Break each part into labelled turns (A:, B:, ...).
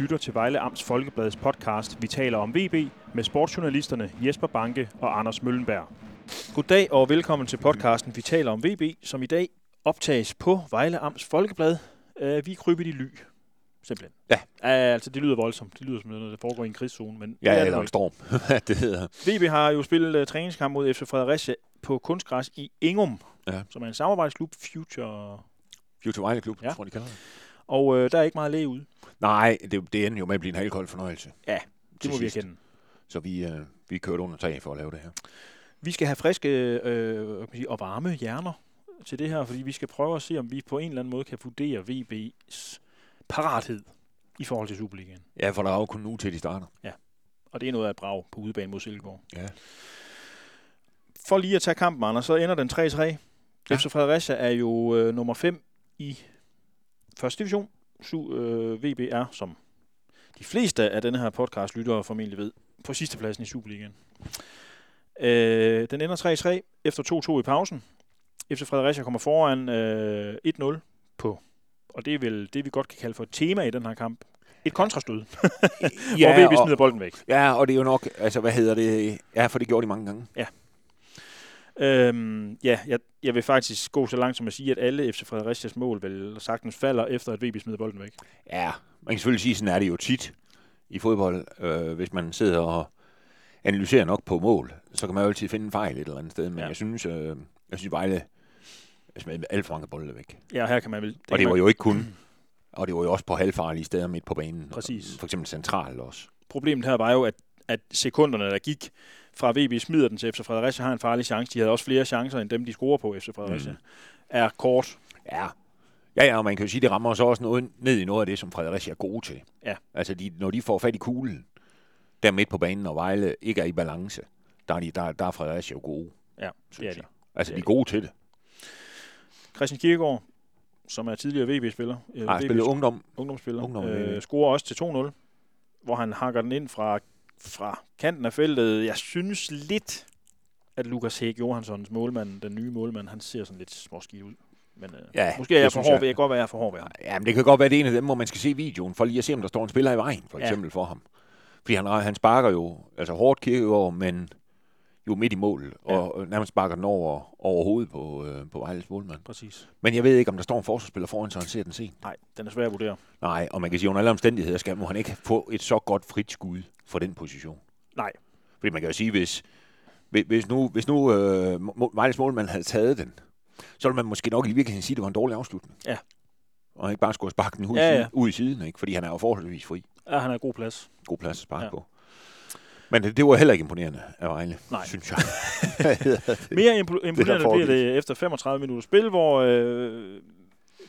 A: lytter til Vejle Amts Folkebladets podcast Vi taler om VB med sportsjournalisterne Jesper Banke og Anders Møllenberg. Goddag og velkommen til podcasten Vi taler om VB, som i dag optages på Vejle Amts Folkeblad. Uh, vi er krybet i ly, simpelthen.
B: Ja.
A: Uh, altså, det lyder voldsomt. Det lyder som noget, der foregår i en krigszone, men det
B: Ja,
A: er det
B: eller
A: nok
B: en storm. Hvad det hedder.
A: VB har jo spillet uh, træningskamp mod FC Fredericia på kunstgræs i Ingum,
B: Ja.
A: som er en samarbejdsklub, Future.
B: Future Vejle Klub,
A: Ja.
B: ja. tror jeg, de kalder det.
A: Og øh, der er ikke meget læge ude.
B: Nej, det, det ender jo med at blive en halvkold fornøjelse.
A: Ja,
B: til
A: Det må vi
B: sidst.
A: erkende.
B: Så vi, øh, vi kørte under tag for at lave det her.
A: Vi skal have friske øh, hvad kan man sige, og varme hjerner til det her, fordi vi skal prøve at se, om vi på en eller anden måde kan vurdere VB's parathed i forhold til Superligaen.
B: Ja, for der er jo kun nu til, de starter.
A: Og det er noget af et brag på udebane mod Silkeborg.
B: Ja.
A: For lige at tage kampen, Anders, så ender den 3-3. Ja.
B: Ja.
A: FC Fredericia er jo øh, nummer 5 i første division. Su, øh, VB er, som de fleste af denne her podcast lyttere formentlig ved, på sidstepladsen i Superligaen. Øh, den ender 3-3 efter 2-2 i pausen. FC Fredericia kommer foran øh, 1-0 på, og det er vel det, vi godt kan kalde for et tema i den her kamp. Et kontrastød, ja, hvor VB
B: og,
A: smider bolden væk.
B: ja, og det er jo nok, altså hvad hedder det? Ja, for det gjorde de mange gange.
A: Øhm, ja, jeg, jeg vil faktisk gå så langt som at sige, at alle FC Fredericias mål vel sagtens falder, efter at VB smider bolden væk.
B: Ja, man kan selvfølgelig sige, sådan er det jo tit i fodbold. Øh, hvis man sidder og analyserer nok på mål, så kan man jo altid finde en fejl et eller andet sted. Men
A: Ja.
B: ja. jeg synes, øh, jeg synes Vejle smed alt for mange bolde væk.
A: Ja, og her kan man vel...
B: Det og det
A: kan
B: var
A: man,
B: jo ikke kun, og det var jo også på halvfarlige steder midt på banen.
A: Præcis.
B: For eksempel central også.
A: problemet her var jo, at, at sekunderne, der gik fra VB smider den til FC Fredericia, har en farlig chance. De havde også flere chancer, end dem, de scorer på FC Fredericia. Mm.
B: Mm.
A: Er kort.
B: Ja. Ja, ja, og man kan jo sige, det rammer os også noget, ned i noget af det, som Fredericia er gode til.
A: Ja.
B: Altså, de, når de får fat i kuglen, der midt på banen, og Vejle ikke er i balance, der er, de, der, der er Fredericia jo gode.
A: Ja,
B: synes
A: er de.
B: jeg. Altså,
A: Det er
B: de er gode til det.
A: Christian Kirkegaard, som er tidligere VB-spiller, øh,
B: Har spillet ungdom.
A: ungdomsspiller,
B: Ungdom,
A: øh,
B: øh.
A: scorer også til 2-0, hvor han hakker den ind fra, fra kanten af feltet. Jeg synes lidt, at Lukas Hæk Johanssons målmand, den nye målmand, han ser sådan lidt småskidt ud. Men øh,
B: Ja,
A: måske er jeg
B: det
A: for
B: synes
A: hård
B: jeg.
A: ved, jeg kan godt være, jeg er for hård ved ham.
B: Ja, men det kan godt være, det er en af dem, hvor man skal se videoen, for lige at se, om der står en spiller i vejen, for
A: Ja.
B: eksempel ja. for ham. Fordi han, han sparker jo altså hårdt kirkeår, men jo midt i mål,
A: Ja.
B: ja. og nærmest sparker den over, over hovedet på, øh, på Vejles målmand.
A: Præcis.
B: Men jeg ved ikke, om der står en forsvarsspiller foran, så han ser den sent.
A: Nej, den er svær at vurdere.
B: Nej, og man kan sige, under alle omstændigheder skal, må han ikke få et så godt frit skud for den position.
A: Nej.
B: Fordi man kan jo sige, hvis, hvis- hvis nu, hvis nu øh, Mo- Vejles målmand havde taget den, så ville man måske nok i virkeligheden sige, at det var en dårlig afslutning.
A: Ja.
B: Og ikke bare skulle sparke den ud,
A: Ja,
B: ja,
A: ja.
B: ja. ud i siden, ikke? fordi han er jo forholdsvis fri.
A: Ja, han er god plads.
B: God plads at sparke
A: Ja.
B: ja. på. Men det, det var heller ikke imponerende af Vejle,
A: Nej.
B: synes jeg.
A: Mere impo- imponerende det bliver
B: foregik.
A: det efter 35 minutter spil, hvor... Øh,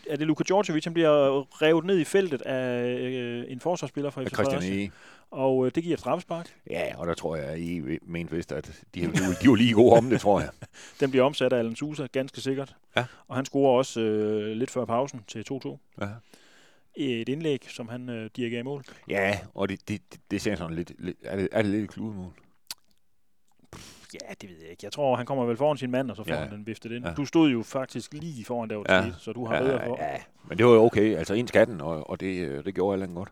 A: er det Luka Djordjevic, han bliver revet ned i feltet af øh, en forsvarsspiller fra
B: Af
A: FC
B: Christian
A: Fredericia.
B: E.
A: Og øh, det giver et straffespark.
B: Ja, og der tror jeg, at I mente vist, at de, de, var- de var lige gode om det, tror jeg.
A: Den bliver omsat af Alan Sousa, ganske sikkert.
B: Ja.
A: Og han scorer også øh, lidt før pausen til 2-2.
B: Ja.
A: Et indlæg, som han øh, dirigerer i mål.
B: Ja, og det, det, det, det ser sådan lidt... lidt er, det, er det lidt et kludemål?
A: Ja, det ved jeg ikke. Jeg tror, han kommer vel foran sin mand, og så får ja.
B: Ja.
A: han den viftet ind. Ja.
B: Ja.
A: Du stod jo faktisk lige foran, der var
B: Ja.
A: ja. så du har ja, bedre for. Ja.
B: ja, men det var jo okay. Altså en skatten, og, og det, øh, det gjorde Allan godt.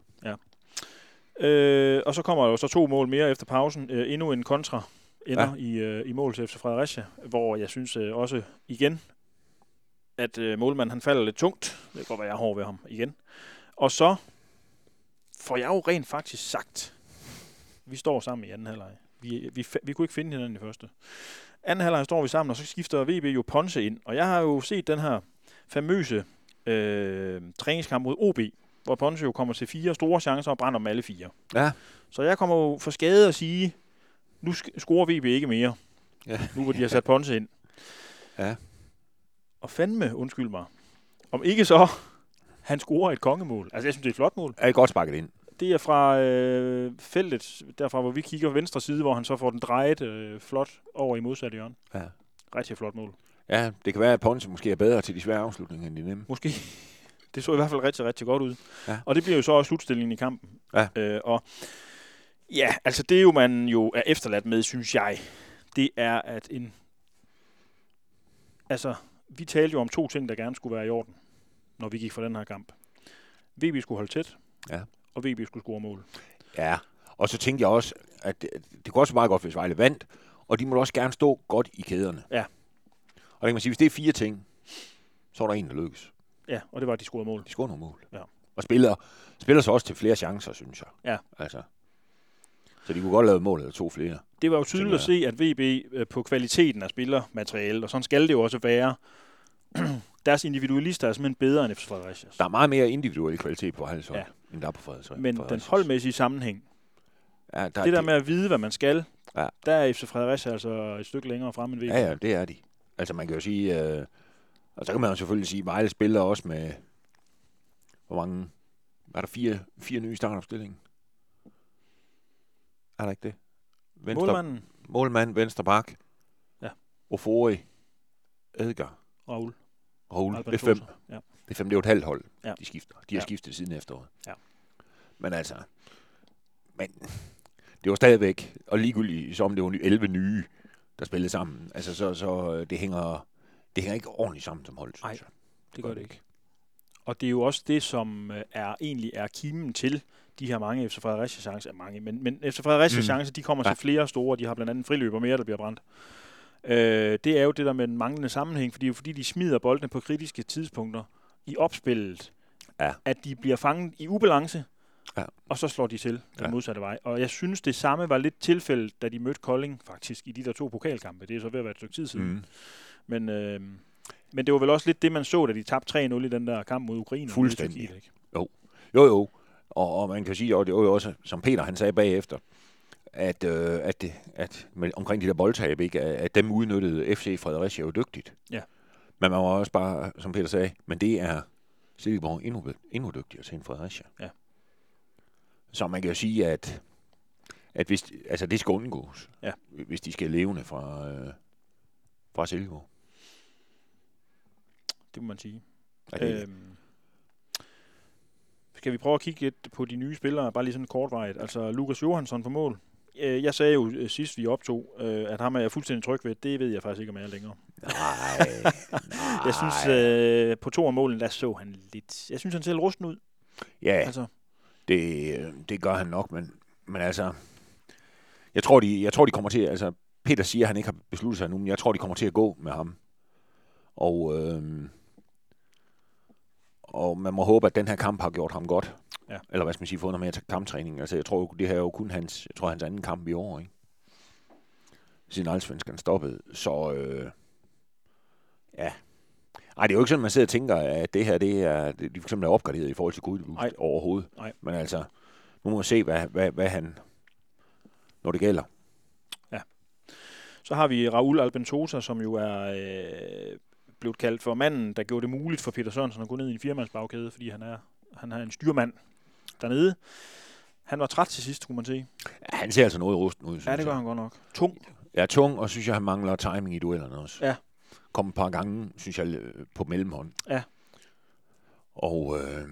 A: Øh, og så kommer der jo så to mål mere efter pausen. Øh, endnu en kontra ender ja. i, øh, i mål til FC Fredericia, hvor jeg synes øh, også igen, at øh, målmanden han falder lidt tungt. Det kan godt være, jeg er hård ved ham igen. Og så får jeg jo rent faktisk sagt, vi står sammen i anden halvleg. Vi, vi, fa- vi kunne ikke finde hinanden i første. Anden halvleg står vi sammen, og så skifter VB jo Ponce ind. Og jeg har jo set den her famøse øh, træningskamp mod OB, hvor Ponce jo kommer til fire store chancer og brænder dem alle fire.
B: Ja.
A: Så jeg kommer jo for skade at sige, nu sk- scorer VB ikke mere.
B: Ja.
A: Nu hvor de har sat Ponce ind.
B: Ja.
A: Og fandme, undskyld mig. Om ikke så, han scorer et kongemål. Altså, jeg synes, det er et flot mål.
B: Er det godt sparket ind?
A: Det er fra øh, feltet, derfra hvor vi kigger venstre side, hvor han så får den drejet øh, flot over i modsatte hjørne.
B: Ja.
A: Rigtig flot mål.
B: Ja, det kan være, at Ponce måske er bedre til de svære afslutninger end de nemme.
A: Måske. Det så i hvert fald rigtig, rigtig godt ud.
B: Ja.
A: Og det bliver jo så også slutstillingen i kampen.
B: Ja.
A: Øh, og ja, altså det er jo, man jo er efterladt med, synes jeg, det er, at en... Altså, vi talte jo om to ting, der gerne skulle være i orden, når vi gik for den her kamp. VB skulle holde tæt,
B: Ja.
A: og VB skulle score mål.
B: Ja, og så tænkte jeg også, at det, det kunne også være meget godt, hvis Vejle vandt, og de må også gerne stå godt i kæderne.
A: Ja.
B: Og der kan man sige, hvis det er fire ting, så er der en, der lykkes.
A: Ja, og det var, at de scorede mål.
B: De scorer nogle mål.
A: Ja.
B: Og spiller, spiller så også til flere chancer, synes jeg.
A: Ja.
B: Altså. Så de kunne godt lave et mål eller to flere.
A: Det var jo tydeligt at se, at VB øh, på kvaliteten af spillermateriale, og sådan skal det jo også være. Deres individualister er simpelthen bedre end FC Fredericia.
B: Der er meget mere individuel kvalitet på Vejles hold,
A: Ja.
B: end der er på Fredericia.
A: Men den
B: Fredericias.
A: holdmæssige sammenhæng,
B: Ja, der,
A: det der med at vide, hvad man skal,
B: Ja.
A: der er FC Fredericia altså et stykke længere frem end VB.
B: Ja, ja, det er de. Altså man kan jo sige, øh, og så kan man jo selvfølgelig sige, Vejle spiller også med, hvor mange, var der fire, fire nye startopstillinger? Er der ikke det? Venstre,
A: Målmanden,
B: Målmand, venstre bak.
A: Ja.
B: Ofori, Edgar,
A: Raul.
B: Raul. Det
A: Alban
B: er fem.
A: Sosa. Ja.
B: Det er fem, det er jo et halvt hold,
A: Ja.
B: ja. de skifter. De
A: Ja.
B: har ja. skiftet siden efteråret.
A: Ja.
B: Men altså, men det var stadigvæk, og ligegyldigt som det var ny- 11 nye, der spillede sammen. Altså, så, så øh, det hænger, det hænger ikke ordentligt sammen som hold, synes
A: Nej,
B: jeg.
A: Det gør det ikke. Og det er jo også det, som øh, er egentlig er kimen til de her mange FC Fredericia chancer. Mange, men, men FC Fredericia
B: Mm.
A: chancer, de kommer
B: Ja.
A: til flere store. De har blandt andet en friløber mere, der bliver brændt. Øh, det er jo det der med den manglende sammenhæng, fordi det er jo fordi, de smider boldene på kritiske tidspunkter i opspillet.
B: Ja.
A: At de bliver fanget i ubalance,
B: Ja.
A: og så slår de til den
B: Ja.
A: modsatte vej. Og jeg synes, det samme var lidt tilfældet, da de mødte Kolding faktisk i de der to pokalkampe. Det er så ved at være et stykke tid siden.
B: Mm.
A: Men, øh, men det var vel også lidt det, man så, da de tabte 3-0 i den der kamp mod Ukraine.
B: Fuldstændig.
A: Og Tyrkiet, ikke?
B: Jo, jo. Og, og man kan sige, og det var jo også, som Peter han sagde bagefter, at, øh, at, det, at med, omkring de der boldtab, ikke, at, at dem udnyttede FC Fredericia jo dygtigt.
A: Ja.
B: Men man var også bare, som Peter sagde, men det er Silkeborg endnu, bed- endnu dygtigere til end Fredericia.
A: Ja.
B: Så man kan jo sige, at, at hvis, altså det skal undgås,
A: Ja.
B: hvis de skal levende fra, øh, fra Silkeborg.
A: Det må man sige.
B: Er det, øh,
A: Øhm, skal vi prøve at kigge lidt på de nye spillere, bare lige sådan kortvarigt. Altså Lukas Johansson på mål. Øh, Jeg sagde jo øh, sidst, vi optog, øh, at ham er jeg fuldstændig tryg ved. Det ved jeg faktisk ikke, om jeg er længere.
B: nej, nej.
A: Jeg synes, øh, på to af målen, der så han lidt... Jeg synes, han ser rusten ud.
B: ja,
A: Altså,
B: Det, øh, det gør han nok, men, men altså, jeg tror, de, jeg tror, de kommer til, altså, Peter siger, at han ikke har besluttet sig nu, men jeg tror, de kommer til at gå med ham. Og, øh, og man må håbe, at den her kamp har gjort ham godt.
A: Ja.
B: Eller hvad skal man sige, fået noget mere kamptræning. Altså, jeg tror, jo, det her er jo kun hans, jeg tror, hans anden kamp i år, ikke? Siden Allsvenskan stoppede. Så, øh, ja. Ej, det er jo ikke sådan, man sidder og tænker, at det her, det er, de for eksempel er opgraderet i forhold til Gudbus
A: Nej.
B: overhovedet.
A: Nej.
B: Men altså, nu må vi se, hvad, hvad, hvad han, når det gælder.
A: Så har vi Raul Albentosa, som jo er øh, blevet kaldt for manden, der gjorde det muligt for Peter Sørensen at gå ned i en firmandsbagkæde, fordi han er, han er en styrmand dernede. Han var træt til sidst, kunne man se.
B: Ja, Han ser altså noget rusten ud, synes
A: Ja, det gør
B: jeg.
A: han godt nok. Tung.
B: Ja, tung, og synes jeg, han mangler timing i duellerne også.
A: Ja.
B: Kom et par gange, synes jeg, øh, på mellemhånd.
A: Ja.
B: Og øh,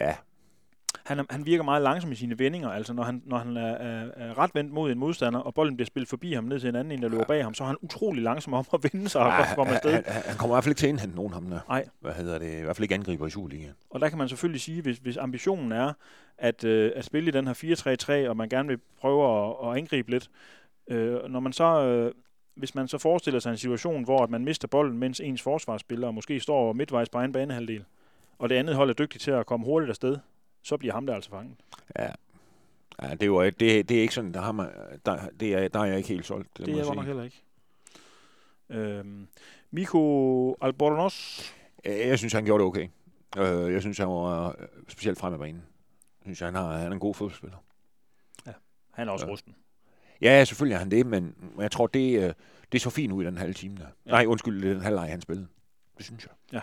B: ja,
A: Han, er- han virker meget langsom i sine vendinger. Altså, når han, når han er, er, er ret vendt mod en modstander, og bolden bliver spillet forbi ham ned til en anden, en der løber bag ham, så er han utrolig langsom om at vende sig og
B: ja,
A: komme
B: han,
A: afsted.
B: han, ah, han kommer i hvert fald ikke til at indhente nogen ham der.
A: Nej.
B: Hvad hedder det? I hvert fald ikke angriber i Superligaen.
A: Og der kan man selvfølgelig sige, hvis, hvis ambitionen er at, øh, at spille i den her 4-3-3, og man gerne vil prøve at, at angribe lidt, øh, når man så, øh, hvis man så forestiller sig en situation, hvor at man mister bolden, mens ens forsvarsspiller måske står midtvejs på egen banehalvdel, og det andet hold er dygtigt til at komme hurtigt afsted, så bliver ham der altså fanget.
B: Ja. Ja, det er jo ikke- det, det er ikke sådan, der, har man, der, det er, der er jeg ikke helt solgt.
A: Det,
B: må
A: det er
B: jeg
A: jeg
B: sige.
A: nok heller ikke. Øhm, Miko Albornoz,
B: Øh, Jeg synes, han gjorde det okay. Øh, Jeg synes, han var øh, specielt frem af banen. Jeg synes, han, har, han er en god fodboldspiller.
A: han er også ja.
B: Ja.
A: rusten.
B: Ja, selvfølgelig er han det, men men jeg tror, det, øh, det så fint ud i den halve time der.
A: Ja.
B: Ja. Nej, undskyld, det er den halvleg, han spillede. Det synes jeg.
A: Ja.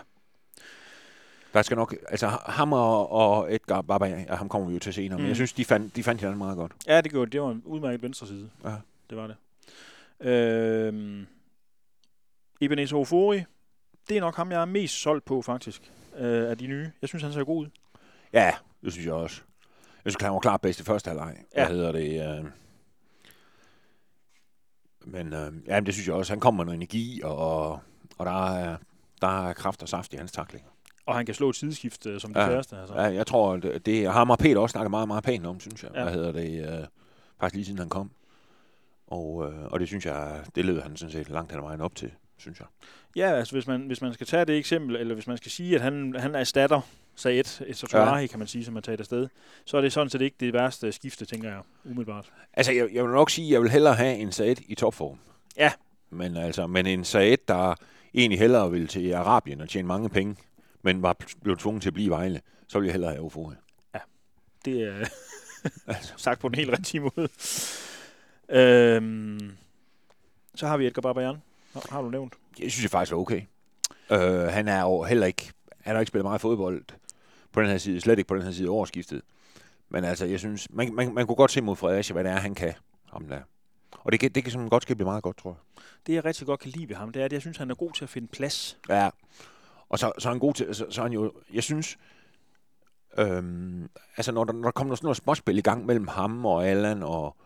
B: Der skal nok, altså ham og, og Edgar Baba, ja, ham kommer vi jo til senere, mm.
A: Mm.
B: men jeg synes, de fandt, de fandt hinanden meget godt.
A: Ja, det gjorde det. Det var en udmærket venstre side.
B: Ja.
A: Det var det. Øhm, Ebenezer Ofori, det er nok ham, jeg er mest solgt på, faktisk, øh, af de nye. Jeg synes, han ser god ud.
B: Ja, det synes jeg også. Jeg synes, han var klart bedst i første halvleg.
A: Ja.
B: Ja. Hvad hedder det? Øh... Men øh, ja, men det synes jeg også. Han kommer med noget energi, og, og der, er, der er kraft og saft i hans takling.
A: Og han kan slå et sideskift øh, som det
B: Ja.
A: færreste. Altså.
B: Ja, jeg tror, at det, det ham og Peter også snakket meget, meget pænt om, synes jeg.
A: Ja.
B: Ja. Hvad hedder det? Øh, faktisk lige siden han kom. Og, øh, og det synes jeg, det lød han sådan set langt hen ad vejen op til, synes jeg.
A: Ja, altså hvis man, hvis man skal tage det eksempel, eller hvis man skal sige, at han, han erstatter Saed, så Tuari, kan man sige, som er taget afsted, så er det sådan set ikke det værste skifte, tænker jeg, umiddelbart.
B: Altså, jeg, jeg vil nok sige, at jeg vil hellere have en Saed i topform.
A: Ja.
B: Men altså, men en Saed, der egentlig hellere ville til Arabien og tjene mange penge, men var pl- blevet tvunget til at blive i Vejle, så ville jeg hellere have Ofoa.
A: Det er sagt på den helt rigtige måde. Øhm, så har vi Edgar Barbajan, har, har du nævnt.
B: Jeg synes jeg faktisk er okay. Øh, han er jo heller ikke, han har ikke spillet meget fodbold på den her side, slet ikke på den her side af årsskiftet. Men altså, jeg synes, man, man, man kunne godt se mod Fredericia, hvad det er, han kan. Ham der. Og det kan, det kan sådan godt skal blive meget godt, tror jeg.
A: Det, jeg rigtig godt kan lide ved ham, det er, at jeg synes, han er god til at finde plads.
B: Ja. Og så, så er han god til, så, så er han jo, jeg synes, øhm, altså når der, når der kommer sådan noget småspil i gang mellem ham og Allan og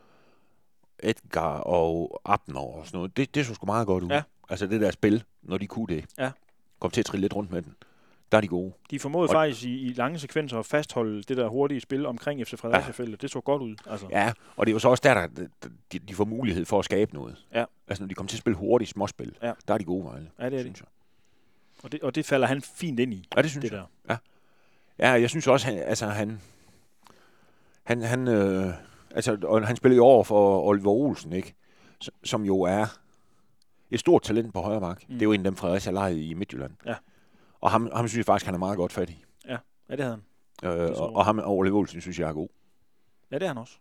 B: Edgar og Abner og sådan noget, det, det så sgu meget godt ud.
A: Ja.
B: Altså det der spil, når de kunne det.
A: Ja.
B: Kom til at trille lidt rundt med den. Der er de gode.
A: De formåede
B: Og-
A: faktisk i, i lange sekvenser at fastholde det der hurtige spil omkring FC Fredericia-feltet. Det så godt ud. Altså.
B: Ja, og det er jo så også der, der der- de, de får mulighed for at skabe noget.
A: Ja.
B: Altså når de kommer til at spille hurtigt småspil,
A: Ja.
B: der er de gode vejle,
A: Ja, det er det.
B: synes jeg.
A: Og, det. og det falder han fint ind i,
B: Ja, det synes
A: det
B: jeg.
A: der.
B: Ja, jeg synes også, han, altså han, han, han, øh, altså, og han spillede i år for Oliver Olsen, ikke? S- Som jo er et stort talent på højre mark.
A: Mm.
B: Mm. Det er jo en af dem, Fredericia legede i Midtjylland.
A: Ja.
B: Og ham, ham synes jeg faktisk, han er meget godt fat i.
A: Ja, det havde han.
B: Øh,
A: så
B: og,
A: jeg.
B: og, ham og Oliver Olsen synes jeg er god.
A: Ja, det er han også.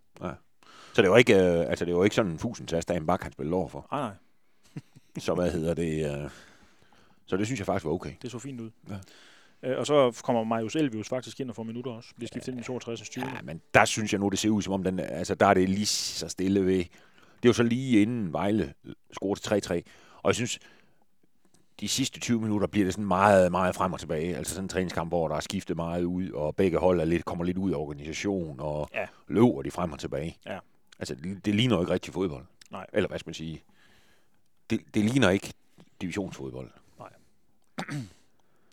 B: Så det var ikke, øh, altså, det var ikke sådan en fusentast af en bak, han spillede over for.
A: Ej, nej,
B: Så hvad hedder det? Øh, så det synes jeg faktisk var okay.
A: det så fint ud. Ja.
B: Ja.
A: Øh, og så kommer Marius Elvius faktisk ind og får minutter også. Bliver skiftet ind i 62. 20.
B: Ja, men der synes jeg nu, det ser ud som om, den, altså, der er det lige så stille ved. Det er jo så lige inden Vejle scorede til 3-3. Og jeg synes, de sidste 20 minutter bliver det sådan meget, meget frem og tilbage. Altså sådan en træningskamp, hvor der er skiftet meget ud, og begge hold er lidt, kommer lidt ud af organisation, og
A: Ja.
B: ja. løber de frem og tilbage.
A: Ja.
B: Altså, det, det ligner jo ikke rigtig fodbold.
A: Nej.
B: Eller hvad skal man sige? Det, det ligner ikke divisionsfodbold.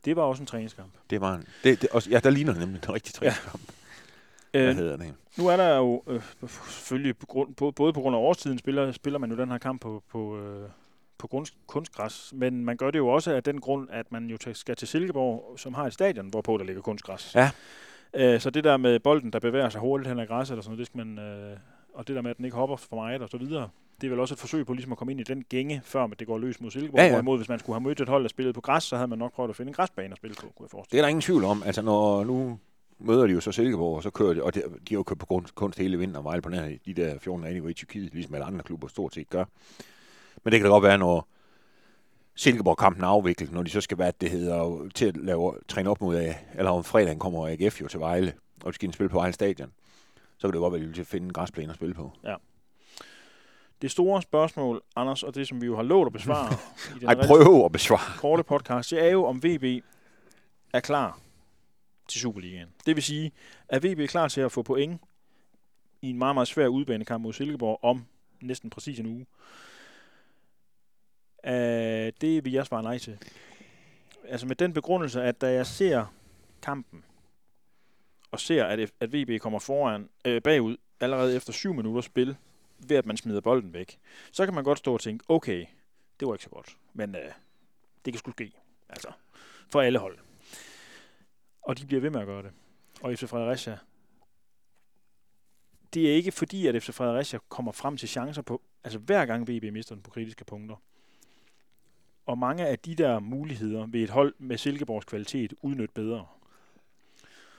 A: Det var også en træningskamp.
B: Det var en, det, det, også, ja, der ligner det nemlig en rigtig
A: Ja.
B: træningskamp. Ja. Hvad
A: Øh,
B: hedder det?
A: nu er der jo øh, selvfølgelig på grund, på, både på grund af årstiden spiller, spiller man jo den her kamp på, på, øh, på grunds, kunstgræs, men man gør det jo også af den grund, at man jo til- skal til Silkeborg, som har et stadion, hvorpå der ligger kunstgræs.
B: Ja.
A: Øh, så det der med bolden, der bevæger sig hurtigt hen ad græsset eller sådan noget, det skal man, øh, og det der med, at den ikke hopper for meget og så videre, det er vel også et forsøg på ligesom at komme ind i den gænge, før det går løs mod Silkeborg.
B: Ja, ja.
A: Hvorimod, hvis man skulle have mødt et hold, der spillede på græs, så havde man nok prøvet at finde en græsbane at spille på, kunne jeg forestille
B: Det er der ingen tvivl om. Altså, når nu møder de jo så Silkeborg, og så kører de, og de, de har jo kørt på grund, kunst hele vinteren og Vejle på nær de der 14 anyway i Tyrkiet, ligesom alle andre klubber stort set gør. Men det kan da godt være, når Silkeborg-kampen er afviklet, når de så skal være, det hedder, til at lave, træne op mod, af- eller om fredagen kommer AGF jo til Vejle, og de skal ind og spille på Vejle Stadion, så kan det jo godt være, at de vil til at finde en græsplæne at spille på.
A: Det store spørgsmål, Anders, og det som vi jo har lovet at besvare i den
B: Ej,
A: relativt
B: prøv at besvare.
A: korte podcast, det er jo, om VB er klar til Superligaen. Det vil sige, at VB er klar til at få point i en meget, meget svær udbanekamp mod Silkeborg om næsten præcis en uge. Uh, det vil jeg svare nej til. Altså med den begrundelse, at da jeg ser kampen, og ser, at, F- at VB kommer foran øh, bagud allerede efter syv minutters spil, ved at man smider bolden væk, så kan man godt stå og tænke, okay, det var ikke så godt, men øh, det kan sgu ske. Altså, for alle hold. Og de bliver ved med at gøre det. Og FC Fredericia, det er ikke fordi, at FC Fredericia kommer frem til chancer på, altså hver gang VB mister den på kritiske punkter. Og mange af de der muligheder vil et hold med Silkeborgs kvalitet udnytte bedre.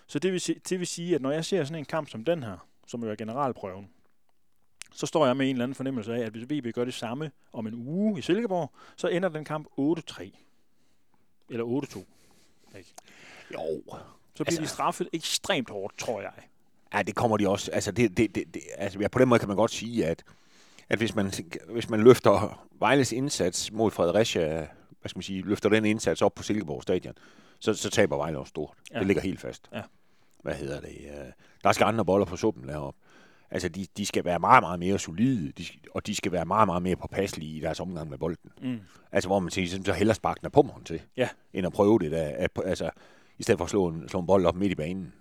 A: Så det vil, si- det vil sige, at når jeg ser sådan en kamp som den her, som jo er generalprøven, så står jeg med en eller anden fornemmelse af, at hvis VB gør det samme om en uge i Silkeborg, så ender den kamp 8-3. Eller 8-2.
B: Jo,
A: Så bliver altså,
B: Altså-
A: de straffet ekstremt hårdt, tror jeg.
B: Ja, det kommer de også. Altså, det, det, det, det, altså ja, på den måde kan man godt sige, at, at hvis, man, hvis man løfter Vejles indsats mod Fredericia, hvad skal man sige, løfter den indsats op på Silkeborg Stadion, så, så taber Vejle også stort.
A: Ja.
B: Ja. Det ligger helt fast.
A: Ja.
B: Hvad hedder det? øh, Der skal andre boller på suppen deroppe. Altså, de, de skal være meget, meget mere solide, de, skal- og de skal være meget, meget mere påpasselige i deres omgang med bolden.
A: Mm.
B: Altså, hvor man tænker, så hellere sparke den af pummeren til,
A: Ja.
B: end at prøve det der. At, altså, i stedet for at slå en, slå en bold op midt i banen.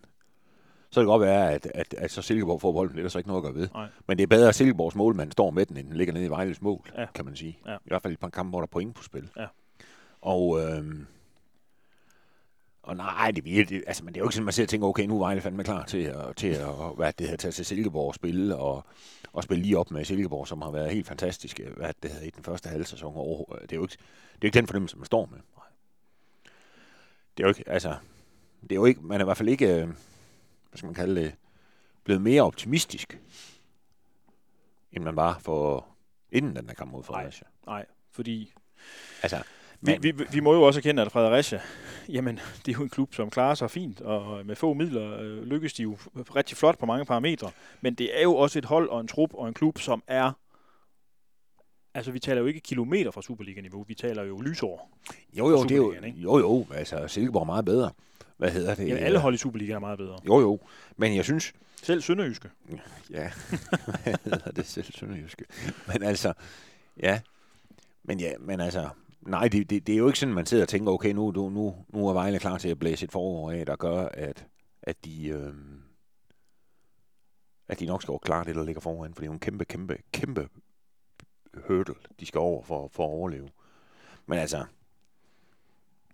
B: Så kan det godt være, at, at, at så Silkeborg får bolden, det er der så ikke noget at gøre ved.
A: Nej.
B: Men det er bedre, at Silkeborgs målmand står med den, end den ligger nede i Vejles mål,
A: Ja.
B: ja. kan man sige.
A: Ja.
B: I hvert fald i et par kampe, hvor der er point på spil.
A: Ja.
B: Og, øhm, og nej, det, virker- det, altså, men det er jo ikke sådan, man sidder og tænker, okay, nu er Vejle fandme klar til at, til at hvad det her, tage til Silkeborg og spille, og, og spille lige op med Silkeborg, som har været helt fantastisk øh, hvad det hedder, i den første halve sæson. Og, det, er jo ikke, det er jo ikke den fornemmelse, man står med. Det er jo ikke, altså, det er jo ikke, man er i hvert fald ikke, øh, hvad skal man kalde det, blevet mere optimistisk, end man var for inden den der kamp mod Fredericia.
A: Nej, fordi
B: Altså,
A: vi,
B: men,
A: vi, vi må jo også erkende, at Fredericia, jamen, det er jo en klub, som klarer sig fint, og med få midler øh, lykkes de jo rigtig flot på mange parametre. Men det er jo også et hold og en trup og en klub, som er... Altså, vi taler jo ikke kilometer fra Superliga-niveau, vi taler jo lysår.
B: jo, jo, det er jo,
A: Superligaen, ikke?
B: jo, jo, altså Silkeborg er meget bedre. Hvad hedder det?
A: Jamen, alle hold i Superliga er meget bedre.
B: Jo, jo, men jeg synes,
A: Selv Sønderjyske.
B: Ja, hvad hedder det selv sønderjyske? Men altså, ja. Men ja, men altså, nej, det, det, det er jo ikke sådan, man sidder og tænker, okay, nu, nu, nu, nu er Vejle klar til at blæse et forår af, der gør, at, at de... Øh, at de nok skal klare det, der ligger foran, for det er jo en kæmpe, kæmpe, kæmpe hurdle, de skal over for, for at overleve. Men altså,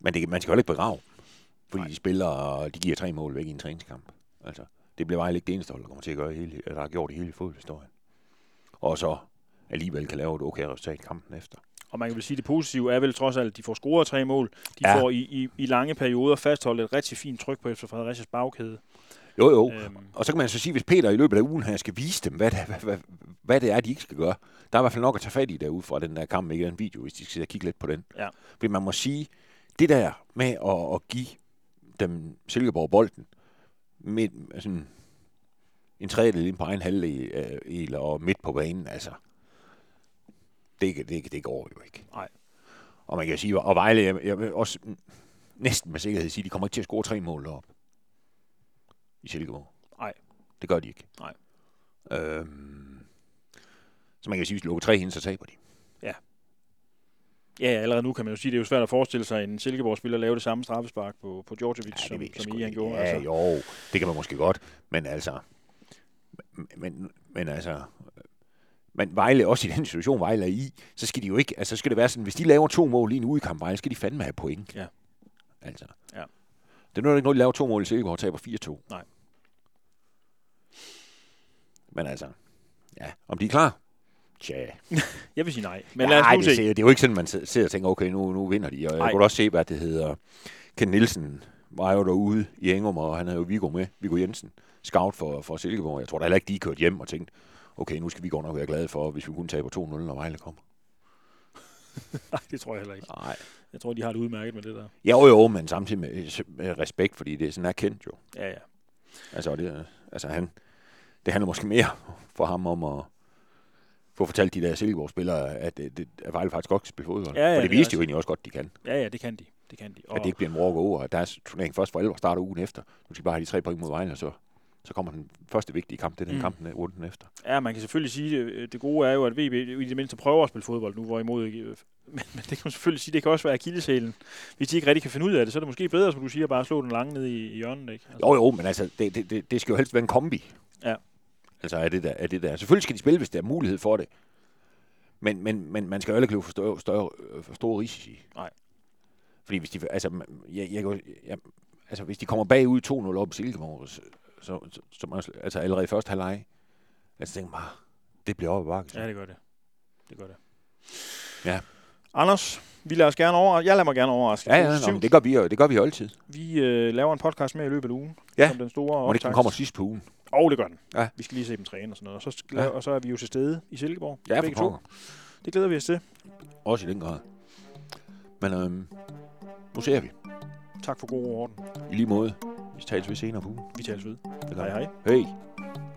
B: men det, man skal jo heller ikke begrave, dem, fordi
A: Nej.
B: de spiller, og de giver tre mål væk i en træningskamp. Altså, det bliver Vejle ikke det eneste hold, der kommer til at gøre i hele, eller har gjort i hele fodboldhistorien. Og så alligevel kan lave et okay resultat i kampen efter.
A: Og man kan vel sige, at det positive er vel trods alt, at de får scoret tre mål. De ja.
B: Ja.
A: får i, i, i lange perioder fastholdt et rigtig fint tryk på FC Fredericias bagkæde.
B: Jo, jo.
A: Øhm,
B: Og så kan man så sige, hvis Peter i løbet af ugen her skal vise dem, hvad det, hvad, hvad, hvad det er, de ikke skal gøre. Der er i hvert fald nok at tage fat i derude fra den der kamp, ikke den video, hvis de skal sidde og kigge lidt på den.
A: Ja.
B: Fordi man må sige, det der med at, at give dem Silkeborg bolden med sådan en tredjedel ind på egen halvdel øh, el og midt på banen, altså, det, kan- det, kan- det går jo ikke.
A: Nej.
B: Og man kan jo sige, og Vejle, jeg, jeg vil også mm, næsten med sikkerhed sige, de kommer ikke til at score tre mål op i Silkeborg.
A: Nej.
B: Det gør de ikke.
A: Nej.
B: Øhm, så man kan jo sige, hvis de lukker tre hende, så taber de.
A: ja, ja, allerede nu kan man jo sige, at det er jo svært at forestille sig, at en Silkeborg-spiller lave det samme straffespark på, på Djordjevic, ja, som,
B: ved jeg
A: som
B: sgu
A: Ian
B: ikke.
A: gjorde.
B: Ja,
A: altså.
B: altså. jo, det kan man måske godt, men altså... Men, men, men altså... Men Vejle, også i den situation, Vejle er i, så skal de jo ikke... Altså, så skal det være sådan, hvis de laver to mål lige nu i kamp, Vejle, skal de fandme have point.
A: Ja.
B: Altså.
A: Ja.
B: Det er nu ikke noget, de laver to mål i Silkeborg og taber 4-2.
A: Nej.
B: Men altså... Ja, om de er klar? Tja.
A: Jeg vil sige nej, men lad os
B: Nej,
A: nu
B: det,
A: se.
B: er- det er jo ikke sådan, man sidder sidder og tænker, okay, nu, nu vinder de. Og jeg
A: Nej.
B: kunne da også se, hvad det hedder. Ken Nielsen var jo derude i Engum, og han havde jo Viggo med, Viggo Jensen, scout for, for Silkeborg. Jeg tror da heller ikke, de er kørt hjem og tænkt, okay, nu skal vi godt nok være glade for, hvis vi kun taber 2-0, når Vejle kommer.
A: Nej, det tror jeg heller ikke.
B: Nej.
A: Jeg tror, de har det udmærket med det der.
B: Ja, jo, jo, men samtidig med, med respekt, fordi det er sådan er kendt jo.
A: Ja, ja.
B: Altså, og det, er- altså han, det handler måske mere for ham om at få fortalt de der Silkeborg-spillere, at, at, at Vejle faktisk godt kan spille fodbold.
A: Ja, ja,
B: for
A: det
B: det
A: er
B: viste de
A: også-
B: jo egentlig også godt, de kan.
A: Ja, ja, det kan de. Det kan de.
B: at det ikke bliver en walk over, at deres turnering først for alvor starter ugen efter. Nu skal de bare have de tre point mod Vejle, og så, så kommer den første vigtige kamp, det er den
A: Mm.
B: mm. kampen af runden efter.
A: Ja, man kan selvfølgelig sige, øh, det gode er jo, at VB i det mindste prøver at spille fodbold nu, hvorimod ikke... øh, Men, men det kan man selvfølgelig sige, det kan også være akilleshælen. Hvis de ikke rigtig kan finde ud af det, så er det måske bedre, som du siger, bare at slå den lange ned i, i hjørnet, ikke? Altså,
B: Jo jo, men altså, det, det, det, det skal jo helst være en kombi.
A: Ja.
B: Altså er det der, er det der. Selvfølgelig skal de spille, hvis der er mulighed for det. Men, men, men man skal jo heller ikke løbe for, større, større, øh, for store risici.
A: Nej.
B: Fordi hvis de, altså, man- jeg, jeg, kan jo- jeg, altså, hvis de kommer bagud 2-0 op i Silkeborg, så, så, så, så man, altså allerede i første halvleg, altså tænker man bare, det bliver op ad bakke. så.
A: ja, det gør det. Det gør det.
B: Ja.
A: Anders, vi lader os gerne over... Jeg lader mig gerne overraske.
B: Ja, ja, nå,
A: Positivt.
B: men det gør vi jo, det gør vi jo altid.
A: Vi øh, laver en podcast med i løbet af ugen.
B: Ja,
A: Som den store
B: Må det ikke, den
A: optakt.
B: kommer sidst på ugen?
A: Og oh, det gør den.
B: Ja.
A: Vi skal lige se dem træne og sådan noget. Og så, skal,
B: Ja.
A: og så er vi jo til stede i Silkeborg.
B: Ja, for
A: begge to.
B: pokker.
A: Det glæder vi os til.
B: Også i den grad. Men øhm, nu ser vi.
A: Tak for god orden.
B: I lige måde. Vi tales ved senere på ugen.
A: Vi tales ved.
B: Det gør
A: Hej
B: vi.
A: hej.
B: Hej.